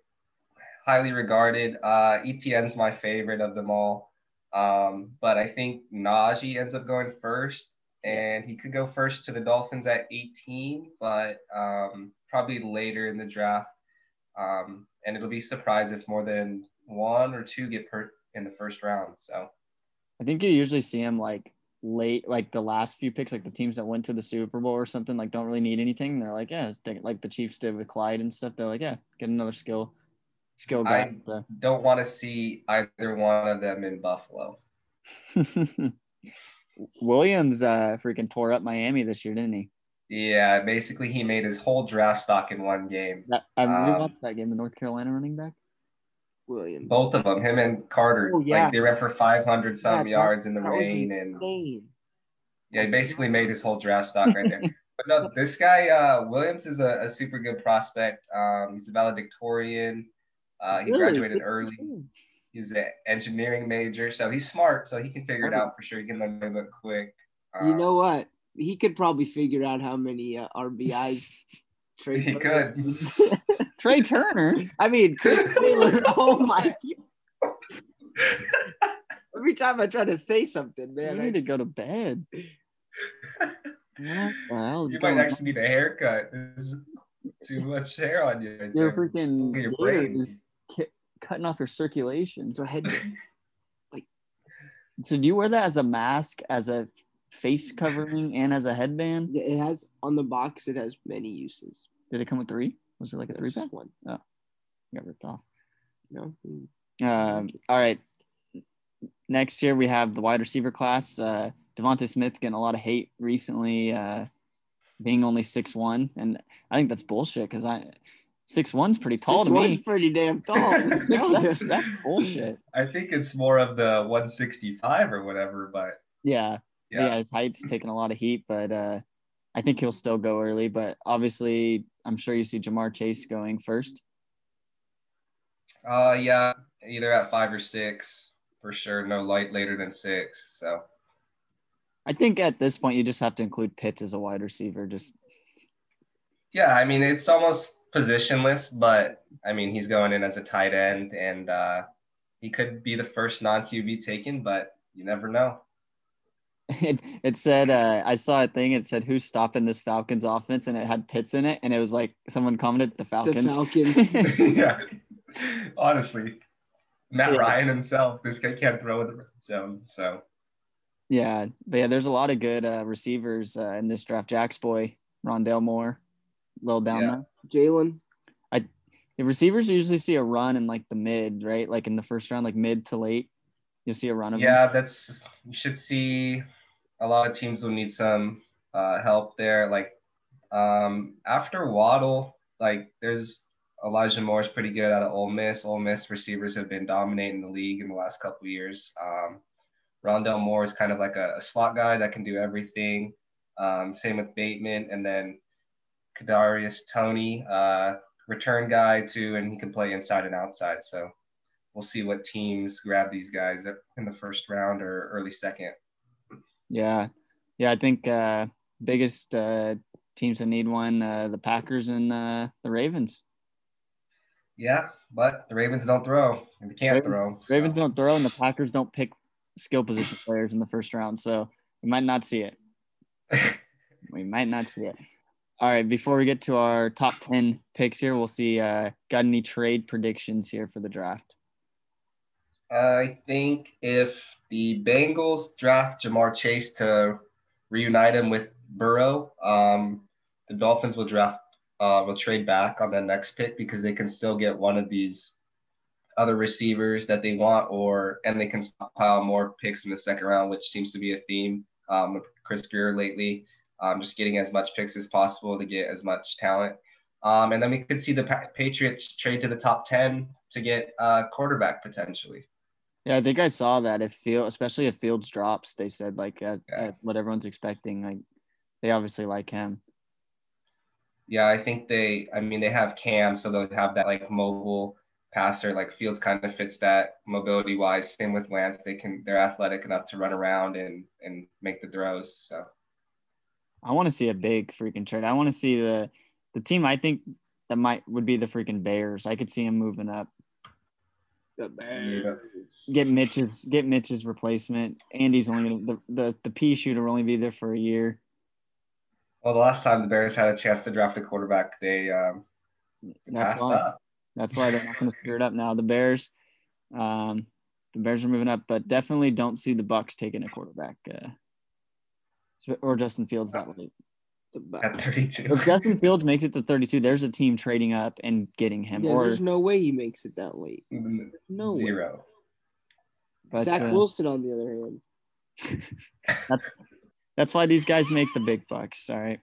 S3: highly regarded. Uh, ETN's my favorite of them all. Um, but I think Najee ends up going first, and he could go first to the Dolphins at 18, but um, probably later in the draft. Um, and it'll be a surprise if more than one or two get per in the first round. So
S2: I think you usually see him like late, like the last few picks, like the teams that went to the Super Bowl or something, like don't really need anything. They're like, yeah, let's take it. like the Chiefs did with Clyde and stuff. They're like, yeah, get another skill, skill guy. So-
S3: don't want to see either one of them in Buffalo.
S2: Williams uh, freaking tore up Miami this year, didn't he?
S3: Yeah, basically he made his whole draft stock in one game.
S2: That, I
S3: Um,
S2: watched that game, the North Carolina running back.
S4: Williams.
S3: Both of them, him and Carter.
S4: Oh, yeah.
S3: Like they ran for 500 some
S4: Yeah, that-
S3: yards in the
S4: That was
S3: rain, and
S4: insane.
S3: yeah, he basically made his whole draft stock right there. but no, this guy uh, Williams is a, a super good prospect. Um, he's a valedictorian. Uh, he
S4: Really?
S3: graduated early. He's an engineering major, so he's smart. So he can figure it out for sure. He can learn it quick. Um,
S4: You know what? He could probably figure out how many uh, RBIs Trey
S3: He
S4: Turner
S3: could.
S4: needs.
S2: Trey Turner.
S4: I mean, Chris Taylor. Oh my! Every time I try to say something,
S2: You
S4: man. I
S2: need to go to bed. What the hell is
S3: you
S2: going
S3: might
S2: on?
S3: actually need a haircut. There's too much hair on you. right
S2: Your
S3: there.
S2: freaking
S3: Look at your
S2: liver
S3: brain.
S2: is ki- cutting off your circulation. So, head- so do you wear that as a mask, as a face covering, and as a headband?
S4: Yeah, It has on the box. It has many uses.
S2: Did it come with three? Was it like a three
S4: There's
S2: pack?
S4: just one. Mm.
S2: Got ripped off.
S4: No.
S2: Um, all right. Next year we have the wide receiver class. Uh, Devonta Smith getting a lot of hate recently, uh, being only six one, and I think that's bullshit because I six one's pretty tall to me.
S4: pretty damn tall.
S3: Six
S2: Oh, No,
S3: one.
S2: that's, that's bullshit.
S3: I think it's more of the 165 or whatever, but
S2: Yeah, yeah,
S3: yeah.
S2: His height's taking a lot of heat, but uh, I think he'll still go early. But obviously, I'm sure you see Jamar Chase going first.
S3: Uh, yeah, either at five or six for sure. No light later than six. So
S2: I think at this point you just have to include Pitt as a wide receiver. Just
S3: yeah, I mean it's almost positionless, but I mean he's going in as a tight end, and uh, he could be the first non QB taken, but you never know.
S2: it, it said uh, I saw a thing. It said who's stopping this Falcons offense, and it had Pitts in it, and it was like someone commented the
S4: the
S2: Falcons.
S4: Falcons.
S3: yeah, honestly, Matt
S2: Yeah.
S3: Ryan himself, this guy can't throw in the red zone. So
S2: yeah, but yeah, there's a lot of good uh, receivers uh, in this draft. Jack's boy, Rondell Moore, little down
S3: Yeah.
S2: there.
S4: Jalen.
S2: The receivers usually see a run in like the mid, right? Like in the first round, like mid to late, you'll see a run of them.
S3: yeah, that's you should see. A lot of teams will need some uh, help there. Like um, after Waddle, like there's Elijah Moore's pretty good out of Ole Miss. Ole Miss receivers have been dominating the league in the last couple years. Um, Rondell Moore is kind of like a, a slot guy that can do everything. Um, same with Bateman, and then Kadarius Tony, uh, return guy too, and he can play inside and outside. So we'll see what teams grab these guys in the first round or early second.
S2: Yeah. Yeah, I think uh biggest uh teams that need one, uh the Packers and uh the Ravens.
S3: Yeah, but the Ravens don't throw, and they can't
S2: Ravens-
S3: throw. so-
S2: Ravens don't throw and the Packers don't pick skill position players in the first round, so we might not see it. we might not see it. All right, before we get to our top 10 picks here, we'll see uh got any trade predictions here for the draft.
S3: I think if the Bengals draft Jamar Chase to reunite him with Burrow, um, the Dolphins will draft uh, will trade back on the next pick because they can still get one of these other receivers that they want, or and they can stockpile more picks in the second round, which seems to be a theme um, with Chris Greer lately. Um, just getting as much picks as possible to get as much talent. Um, and then we could see the Pa- Patriots trade to the top 10 to get uh, quarterback potentially.
S2: Yeah, I think I saw that. If field, especially if Fields drops, they said like uh,
S3: Yeah.
S2: uh, what everyone's expecting. Like they obviously like him.
S3: Yeah, I think they. I mean, they have Cam, so they'll have that like mobile passer. Like Fields kind of fits that mobility wise. Same with Lance. They can. They're athletic enough to run around and and make the throws. So
S2: I want to see a big freaking trade. I want to see the the team. I think that might would be the freaking Bears. I could see him moving up.
S4: The Bears.
S2: Get Mitch's get Mitch's replacement. Andy's only gonna, the the the pea shooter will only be there for a year.
S3: well, the last time the Bears had a chance to draft a quarterback, they um,
S2: That's
S3: passed
S2: why.
S3: up.
S2: That's why they're not going to figure it up now. The Bears, um, the Bears are moving up, but definitely don't see the Bucks taking a quarterback uh, or Justin Fields that late.
S4: The
S3: at
S4: Bucks.
S3: 32.
S2: If Justin Fields makes it to 32, there's a team trading up and getting him.
S4: Yeah,
S2: or
S4: there's no way he makes it that late. No way.
S3: Zero.
S2: but,
S4: Zach
S2: uh,
S4: Wilson, on the other hand,
S2: that's why these guys make the big bucks. All right.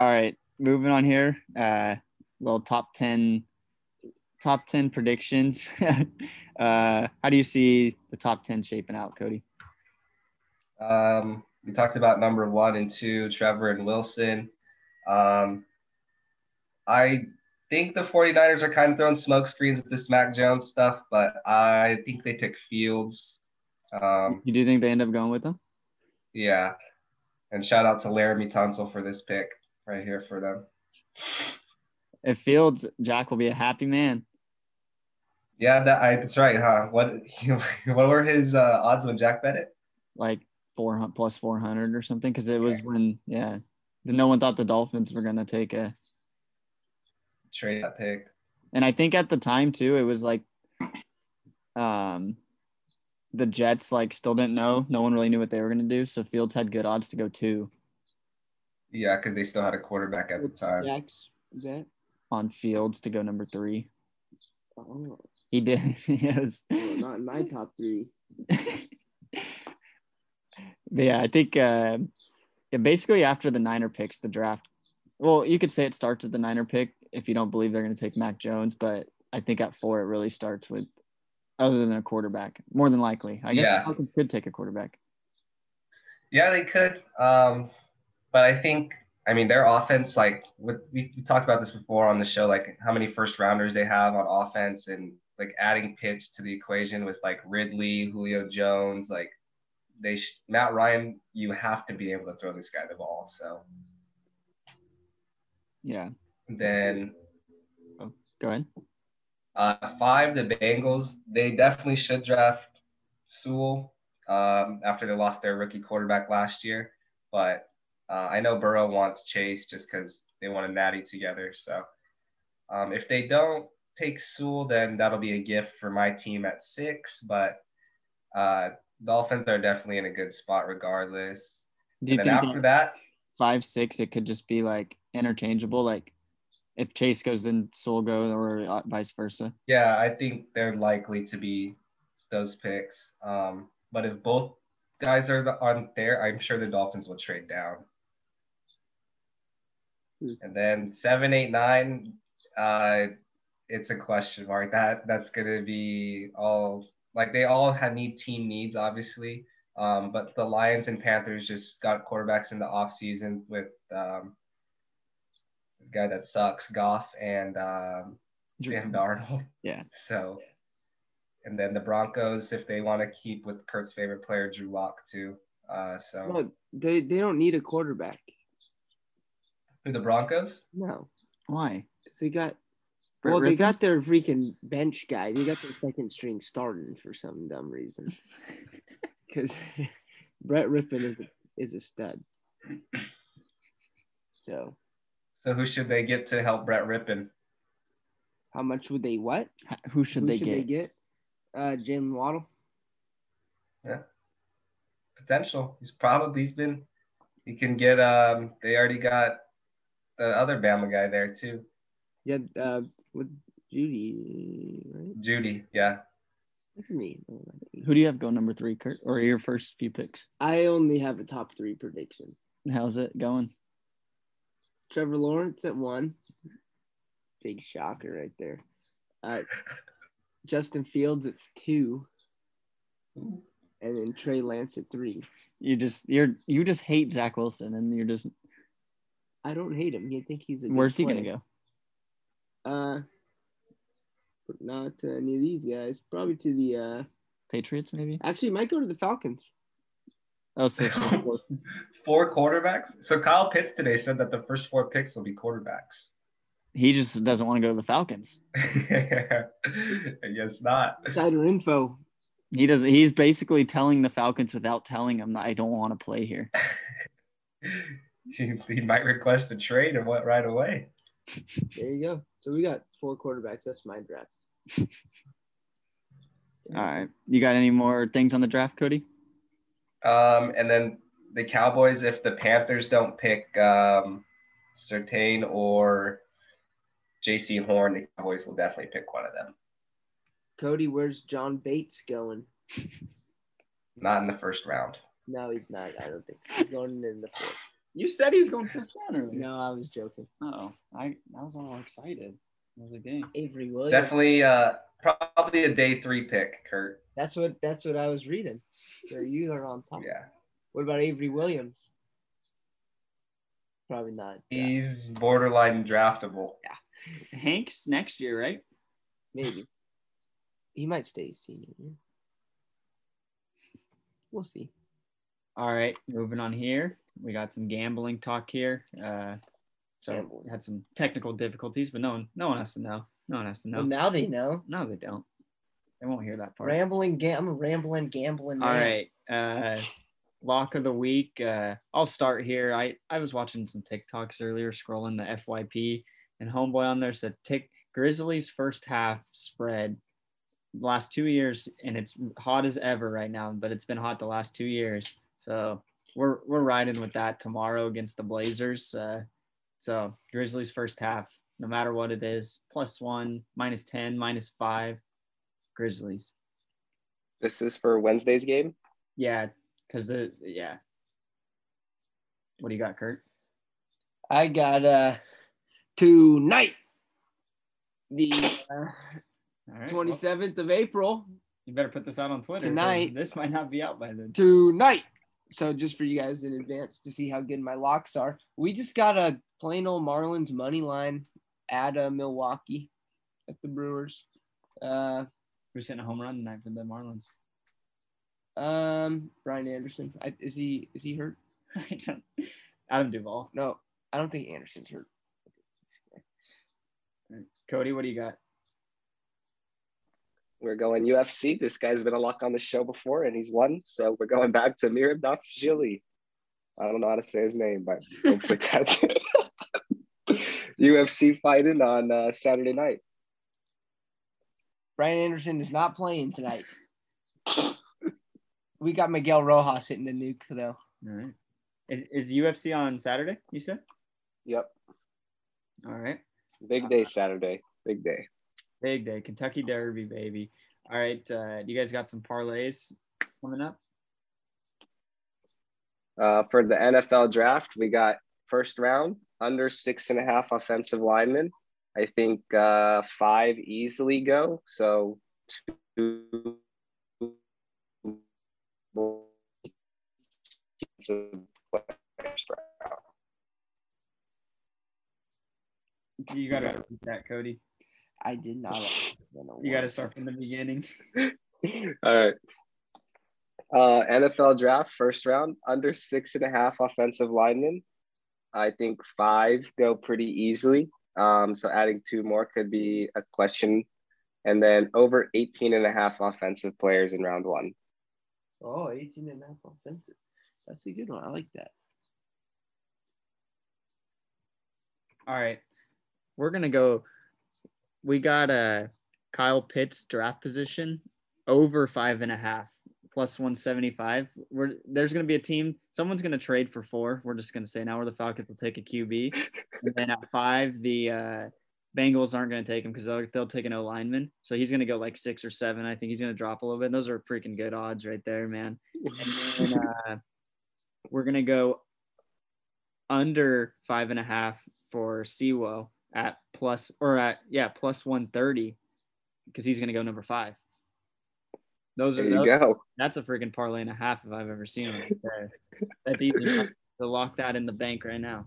S2: All right. Moving on here. Uh, little top 10, top 10 predictions. uh, how do you see the top 10 shaping out, Cody?
S3: Um, we talked about number one and two, Trevor and Wilson. Um, I think the 49ers are kind of throwing smoke screens at this Mac Jones stuff, but I think they pick Fields. Um,
S2: You do think they end up going with them?
S3: yeah. And shout out to Laramie Tunsil for this pick right here for them.
S2: If Fields, Jack will be a happy man.
S3: Yeah, that, I, that's right, huh? What what were his uh, odds when Jack bet it?
S2: like four hundred plus four hundred or something, because it was when yeah, no one thought the Dolphins were gonna take a.
S3: Trade that pick.
S2: And I think at the time too, it was like, um, the Jets like still didn't know. No one really knew what they were gonna do. So Fields had good odds to go two
S3: Yeah, because they still had a quarterback at the
S4: What's
S3: time.
S4: Jack's bet?
S2: on Fields to go number three.
S4: Oh,
S2: He did. yes.
S4: well, not in my top three.
S2: But yeah, I think uh, yeah, basically after the Niner picks, the draft. Well, you could say it starts at the Niner pick if you don't believe they're going to take Mac Jones, but I think at four it really starts with other than a quarterback, more than likely. I guess
S3: Yeah.
S2: the Falcons could take a quarterback.
S3: Yeah, they could. Um, but I think, I mean, their offense, like, what we, we talked about this before on the show, like how many first rounders they have on offense and like adding Pitts to the equation with like Ridley, Julio Jones, like they, sh- Matt Ryan, you have to be able to throw this guy the ball. So
S2: Yeah,
S3: then
S2: go ahead.
S3: Uh, five, the Bengals. They definitely should draft Sewell um, after they lost their rookie quarterback last year. But uh, I know Burrow wants Chase just because they want a natty together. So um, if they don't take Sewell, then that'll be a gift for my team at six. But uh, Dolphins are definitely in a good spot regardless.
S2: Do you
S3: And then
S2: think
S3: after
S2: that
S3: that,
S2: five, six, it could just be like interchangeable? Like if Chase goes, then Soul go, or uh, vice versa.
S3: Yeah, I think they're likely to be those picks. Um, but if both guys are the, aren't there, I'm sure the Dolphins will trade down.
S4: Hmm.
S3: And then seven, eight, nine, uh, it's a question mark. That that's gonna be all like they all have need team needs, obviously. Um, but the Lions and Panthers just got quarterbacks in the offseason with um, the guy that sucks, Goff and um, Sam Darnold.
S2: Yeah.
S3: So, and then the Broncos, if they want to keep with Kurt's favorite player, Drew Lock too. Uh, so
S4: No, they they don't need a quarterback.
S3: who the Broncos?
S4: No,
S2: Why?
S4: so they got
S2: Brett
S4: well, they
S2: Rippon?
S4: got their freaking bench guy. They got their second string starting for some dumb reason. Because Brett Rippon is a, is a stud. So
S3: So who should they get to help Brett Rippin?
S4: how much would they what?
S2: H- Who should
S4: Who
S2: they
S4: should
S2: get?
S4: they get? Uh, Jalen Waddle.
S3: Potential. He's probably he's been. He can get. Um, they already got the other Bama guy there too,
S4: Yeah, uh, with Judy, right?
S3: Judy. Yeah.
S4: Look at me.
S2: Who do you have go number three, Kurt, or your first few picks?
S4: I only have a top three prediction.
S2: And How's it going?
S4: Trevor Lawrence at one. Big shocker right there. Uh, Justin Fields at two, and then Trey Lance at three.
S2: You just you're you just hate Zach Wilson, and you're just
S4: I don't hate him. You think he's a good
S2: where's he gonna
S4: player.
S2: go?
S4: Uh, but not to any of these guys. Probably to the.
S2: Patriots maybe?
S4: Uh, actually, might go to the Falcons.
S2: Oh, so
S3: Four quarterbacks. So Kyle Pitts today said that the first four picks will be quarterbacks.
S2: he just doesn't want to go to the Falcons.
S3: I guess not.
S4: Insider info.
S2: He doesn't. He's basically telling the Falcons without telling them that I don't want to play here.
S3: He, he might request a trade or what right away.
S4: There you go. So we got four quarterbacks. That's my draft.
S2: All right, you got any more things on the draft, Cody?
S3: Um, and then the Cowboys, if the Panthers don't pick um, Sertain or J.C. Horn, the Cowboys will definitely pick one of them.
S4: Cody, where's John Bates going?
S3: Not in the first round.
S4: No, he's not. I don't think so. he's going in the fourth.
S2: You said he was going first round
S4: No, I was joking.
S2: No, I I was all excited. It was a game.
S4: Avery Williams.
S3: Definitely, uh, probably a day three pick, Kurt.
S4: That's what that's what I was reading. So you are on top.
S3: Yeah,
S4: What about Avery Williams? Probably not. Yeah,
S3: he's borderline draftable.
S2: Hanks next year, right?
S4: maybe. He might stay senior. year. We'll see.
S2: All right, moving on here. We got some gambling talk here. Uh, so
S4: Gambling.
S2: we had some technical difficulties, but no one, no one has to know. No one has to know.
S4: Well, now they know.
S2: no, they don't.
S6: They won't hear that part.
S4: Rambling, gam, rambling, gambling.
S6: All
S4: man.
S6: right. Uh, lock of the week. Uh, I'll start here. I, I was watching some TikToks earlier, scrolling the FYP, and Homeboy on there said tick Grizzlies first half spread last two years, and it's hot as ever right now, but it's been hot the last two years. So we're we're riding with that tomorrow against the Blazers. Uh, so Grizzlies first half, no matter what it is, plus one, minus ten, minus five, Grizzlies.
S3: This is for Wednesday's game.
S6: Yeah, because the yeah. What do you got, Kurt?
S4: I got uh tonight the uh,
S6: All right. well,
S7: Twenty seventh of April
S6: you better put this out on Twitter 'cause
S4: Tonight.
S6: This might not be out by then.
S4: tonight. So just for you guys in advance to see how good my locks are, we just got a plain old Marlins money line at uh, Milwaukee at the Brewers. Uh,
S6: Who's hitting a home run tonight for the Marlins?
S4: um, Brian Anderson I, is he is he hurt?
S6: I don't. Adam Duvall.
S4: No, I don't think Anderson's hurt.
S6: Cody, what do you got?
S3: We're going UFC. This guy's been a lock on the show before, and he's won. So we're going back to Mirab Dafjili. I don't know how to say his name, but hopefully that's it. UFC fighting on uh, Saturday night.
S4: Brian Anderson is not playing tonight. we got Miguel Rojas hitting the nuke though.
S6: All right. Is is UFC on Saturday? You said.
S3: Yep,
S6: All right.
S3: big day Saturday. Big day.
S6: Big day, Kentucky Derby, baby. All right. Uh, you guys got some parlays coming up?
S3: Uh, for the NFL draft, we got first round under six and a half offensive linemen. I think uh, five easily go. So two first round.
S6: You got to repeat that, Cody.
S4: I did not.
S6: You got to start from the beginning.
S3: All right. Uh, NFL draft first round under six and a half offensive linemen. I think five go pretty easily. Um, so adding two more could be a question. And then over 18 and a half offensive players in round one.
S4: Oh, 18 and a half offensive. That's a good one. I like that.
S6: All right. We're going to go. We got uh, Kyle Pitts draft position over five and a half plus 175. We're, there's going to be a team. Someone's going to trade for four. We're just going to say now where the Falcons will take a QB. And then at five, the uh, Bengals aren't going to take him because they'll, they'll take an O lineman. So he's going to go like six or seven. I think he's going to drop a little bit. And those are freaking good odds right there, man. And then, uh, we're gonna go under five and a half for Siwo at plus or at yeah plus one thirty because he's gonna go number five. Those
S3: There
S6: are
S3: you
S6: those,
S3: go.
S6: that's a freaking parlay and a half if I've ever seen one. right there. That's easy to lock that in the bank right now.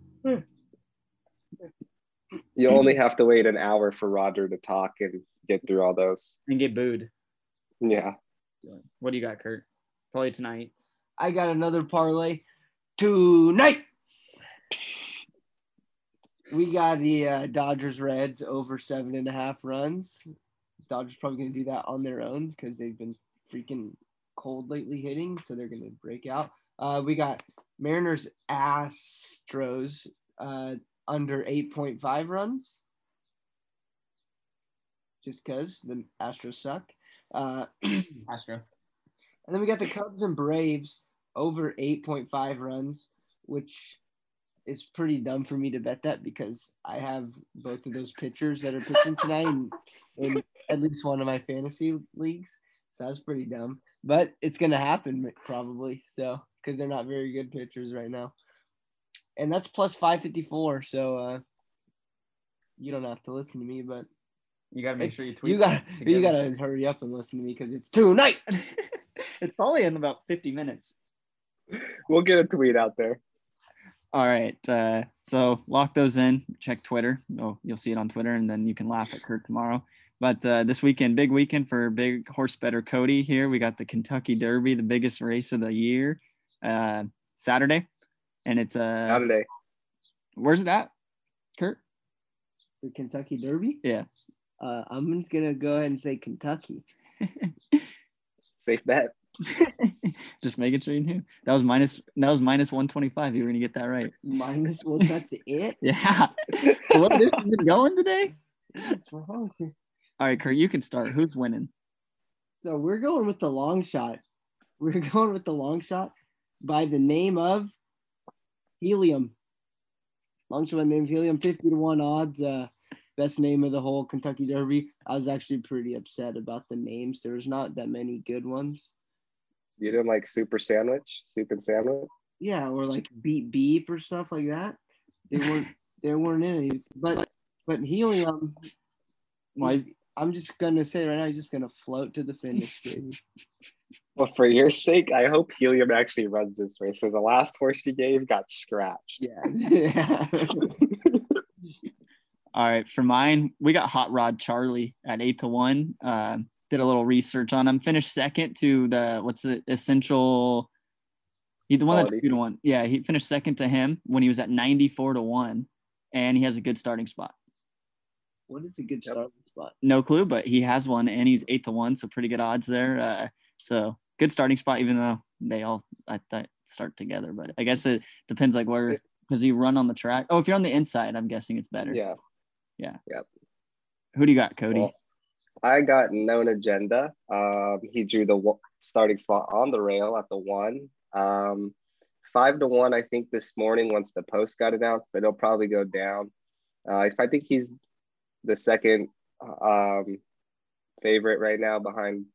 S3: You only have to wait an hour for Roger to talk and get through all those.
S6: and get booed.
S3: Yeah.
S6: So, what do you got, Kurt? Probably tonight.
S4: I got another parlay tonight. We got the uh, Dodgers Reds over seven and a half runs. Dodgers probably going to do that on their own because they've been freaking cold lately hitting, so they're going to break out. Uh, we got Mariners Astros uh, under 8.5 runs just because the Astros suck. Uh,
S6: Astro.
S4: And then we got the Cubs and Braves over 8.5 runs, which is pretty dumb for me to bet that because I have both of those pitchers that are pitching tonight in, in at least one of my fantasy leagues. So that's pretty dumb. But it's going to happen probably. So, because they're not very good pitchers right now. And that's plus 554. So, uh, you don't have to listen to me, but
S6: You gotta make sure you tweet.
S4: you got
S6: that
S4: you got
S6: together.
S4: to hurry up and listen to me because it's tonight.
S6: it's probably in about fifty minutes.
S3: We'll get a tweet out there.
S6: All right. Uh, so lock those in. Check Twitter. Oh, you'll see it on Twitter, and then you can laugh at Kurt tomorrow. But uh, this weekend, big weekend for big horse better Cody here. We got the Kentucky Derby, the biggest race of the year, uh, Saturday. And it's, uh,
S3: Saturday.
S6: where's it at, Kurt?
S4: The Kentucky Derby?
S6: Yeah.
S4: Uh, I'm just gonna go ahead and say Kentucky.
S3: Safe bet.
S2: Just making sure you knew. That was minus. That was minus one twenty five. You were gonna get that right.
S4: Minus well, that's it.
S2: Yeah. what this has been going today?
S4: What's wrong?
S2: All right, Kurt, you can start. Who's winning?
S4: So we're going with the long shot. We're going with the long shot by the name of Helium. Long shot by the name of Helium, fifty to one odds. Uh, best name of the whole Kentucky Derby. I was actually pretty upset about the names. There's not that many good ones.
S3: You didn't like Super Sandwich, Soup and Sandwich.
S4: Yeah, or like beep beep or stuff like that. They weren't they weren't in it. But but helium.
S2: Why-
S4: I'm just gonna say right now, he's just gonna float to the finish, baby.
S3: Well, for your sake, I hope Helium actually runs this race because the last horse he gave got scratched.
S4: yeah.
S2: All right, for mine, we got Hot Rod Charlie at eight to one. Um, did a little research on him. Finished second to the what's the essential. He the one that's
S3: Quality.
S2: two to one. Yeah, he finished second to him when he was at ninety four to one, and he has a good starting spot.
S4: What is a good
S3: Yep.
S4: starting spot?
S2: No clue, but he has one, and he's eight to one, so pretty good odds there. Uh, so good starting spot, even though they all I thought start together, but I guess it depends like where because you run on the track. Oh, if you're on the inside, I'm guessing it's better.
S3: Yeah.
S2: Who do you got, Cody?
S3: Well, I got known agenda. Um, he drew the wa- starting spot on the rail at the one. Um, five to one, I think, this morning once the post got announced, but it'll probably go down. Uh, I think he's the second um, favorite right now behind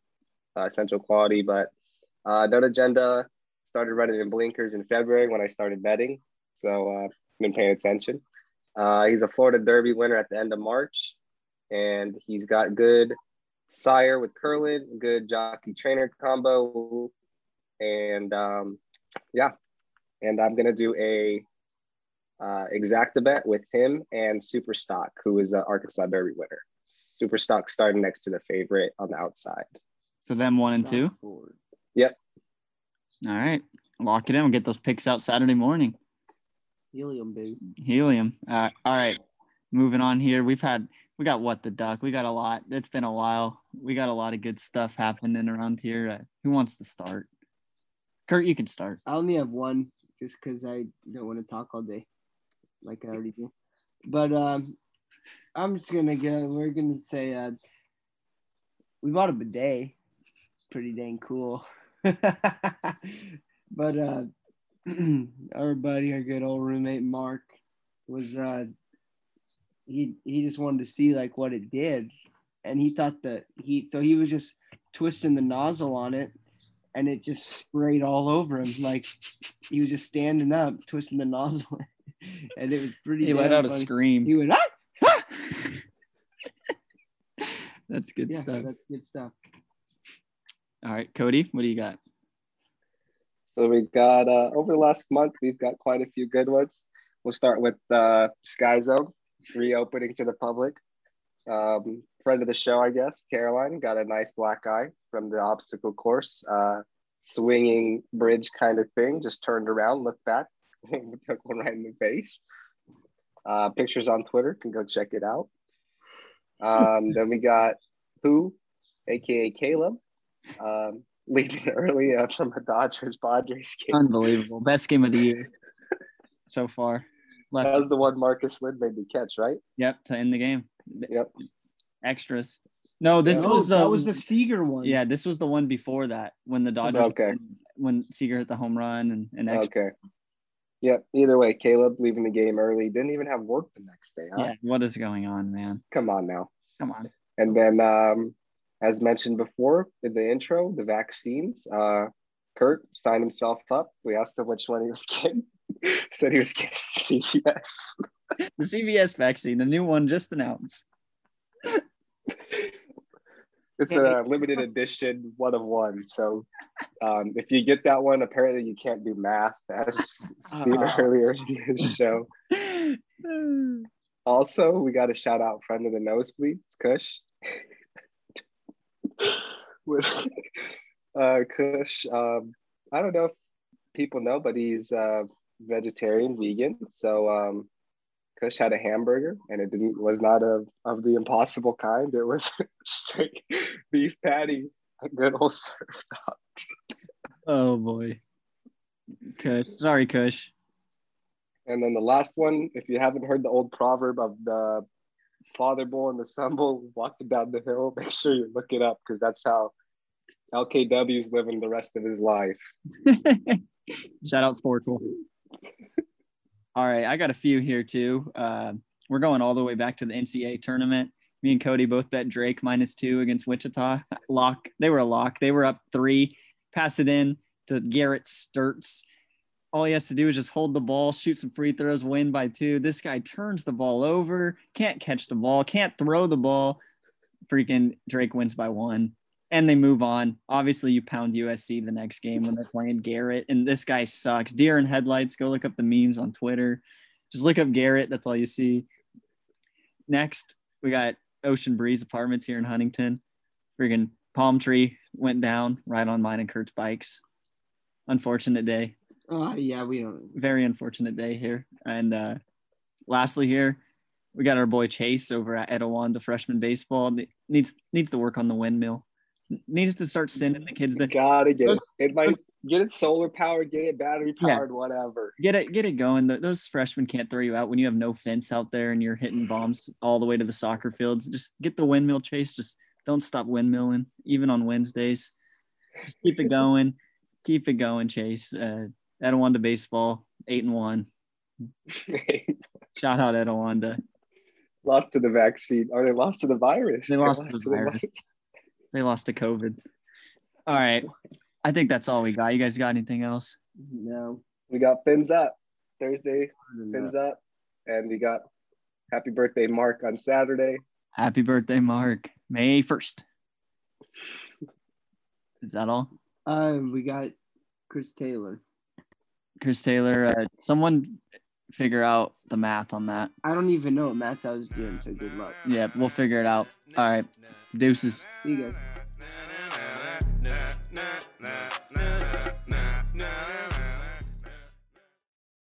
S3: uh, Central Quality, but uh, known agenda started running in blinkers in February when I started betting. So uh, been paying attention. Uh, he's a Florida Derby winner at the end of March and he's got good sire with Curlin, good jockey trainer combo, and um, yeah, and I'm gonna do a uh, exacta bet with him and Superstock, who is an Arkansas Derby winner. Superstock starting next to the favorite on the outside.
S2: So them one and two.
S4: Stock forward.
S2: All right. Lock it in. We'll get those picks out Saturday morning.
S4: Helium, baby.
S2: Helium. Uh, all right. Moving on here. We've had, we got what the duck. We got a lot. It's been a while. We got a lot of good stuff happening around here. Uh, who wants to start? Kurt, you can start.
S4: I only have one just because I don't want to talk all day, like I already do. But um, I'm just gonna go. We're gonna say uh, we bought a bidet. Pretty dang cool. but uh, our buddy, our good old roommate Mark, was uh, he he just wanted to see like what it did, and he thought that he so he was just twisting the nozzle on it and it just sprayed all over him. Like he was just standing up, twisting the nozzle, and it was pretty.
S2: He let
S4: damn
S2: out a
S4: funny.
S2: scream.
S4: He went, ah!
S2: That's good
S4: yeah,
S2: stuff.
S4: that's good stuff.
S2: All right, Cody, what do you got?
S3: So we got uh, over the last month, we've got quite a few good ones. We'll start with uh, Sky Zone reopening to the public. Um, friend of the show, I guess, Caroline got a nice black eye from the obstacle course, uh, swinging bridge kind of thing. Just turned around, looked back, took one right in the face. Uh, pictures on Twitter, can go check it out. Um, then we got Who, aka Caleb, um, leaving early uh, from a Dodgers Padres game.
S2: Unbelievable. Best game of the year so far. Left.
S3: That was the one Marcus Lynn made me catch, right?
S2: Yep. To end the game.
S3: Yep.
S2: Extras. No, this
S4: No,
S2: was um, the,
S4: that was the Seeger one.
S2: Yeah, this was the one before that when the Dodgers
S3: Okay.
S2: when Seager hit the home run and, and extra,
S3: Okay. Yep. Either way, Caleb leaving the game early didn't even have work the next day. Huh?
S2: yeah, what is going on, man?
S3: Come on now.
S2: Come on.
S3: And then, um, as mentioned before in the intro, the vaccines. Uh, Kurt signed himself up. We asked him which one he was getting. Said he was getting CVS.
S2: The CVS vaccine, the new one just announced.
S3: It's a limited edition, one of one. So, um, if you get that one, apparently you can't do math, as seen
S2: Uh.
S3: earlier in the show.
S2: All
S3: Also, we got a shout out friend of the nosebleeds, Kush. With uh, Kush, um, I don't know if people know, but he's uh, vegetarian, vegan. So um, Kush had a hamburger, and it didn't was not of of the impossible kind. It was straight beef patty, and good old served dogs.
S2: Oh boy. Kush. Sorry, Kush.
S3: And then the last one, if you haven't heard the old proverb of the father bull and the son bull walking down the hill, make sure you look it up because that's how LKW's living the rest of his life.
S2: Shout out Sporkle. All right, I got a few here too. Uh, we're going all the way back to the NCAA tournament. Me and Cody both bet Drake minus two against Wichita. Lock. They were a lock. They were up three. Pass it in to Garrett Sturts. All he has to do is just hold the ball, shoot some free throws, win by two. This guy turns the ball over, can't catch the ball, can't throw the ball. Freaking Drake wins by one and they move on. Obviously, you pound USC the next game when they're playing Garrett, and this guy sucks. Deer in headlights. Go look up the memes on Twitter. Just look up Garrett. That's all you see. Next, we got Ocean Breeze Apartments here in Huntington. Freaking palm tree went down right on mine and Kurt's bikes. Unfortunate day.
S4: Uh, yeah, we don't.
S2: Very unfortunate day here. And uh, lastly, here we got our boy Chase over at Etowah, the freshman baseball needs needs to work on the windmill needs to start sending the kids the
S3: gotta get those, it. It might those, get it solar powered, get it battery powered, yeah. whatever.
S2: Get it, get it going. Those freshmen can't throw you out when you have no fence out there and you're hitting bombs all the way to the soccer fields. Just get the windmill chase. Just don't stop windmilling, even on Wednesdays. Just keep it going, keep it going, Chase. Uh, Etowanda baseball, eight and one. Shout out Etowanda.
S3: Lost to the vaccine, or they lost to the virus.
S2: They lost, they lost to the virus. To the they lost to COVID. All right. I think that's all we got. You guys got anything else?
S4: No.
S3: We got fins up Thursday, fins up. And we got happy birthday, Mark, on Saturday.
S2: Happy birthday, Mark. May 1st. Is that all?
S4: Uh, we got Chris Taylor.
S2: Chris Taylor, uh, someone figure out the math on that.
S4: I don't even know what math I was doing, so good luck.
S2: Yeah, we'll figure it out. All right. Deuces.
S4: See you guys.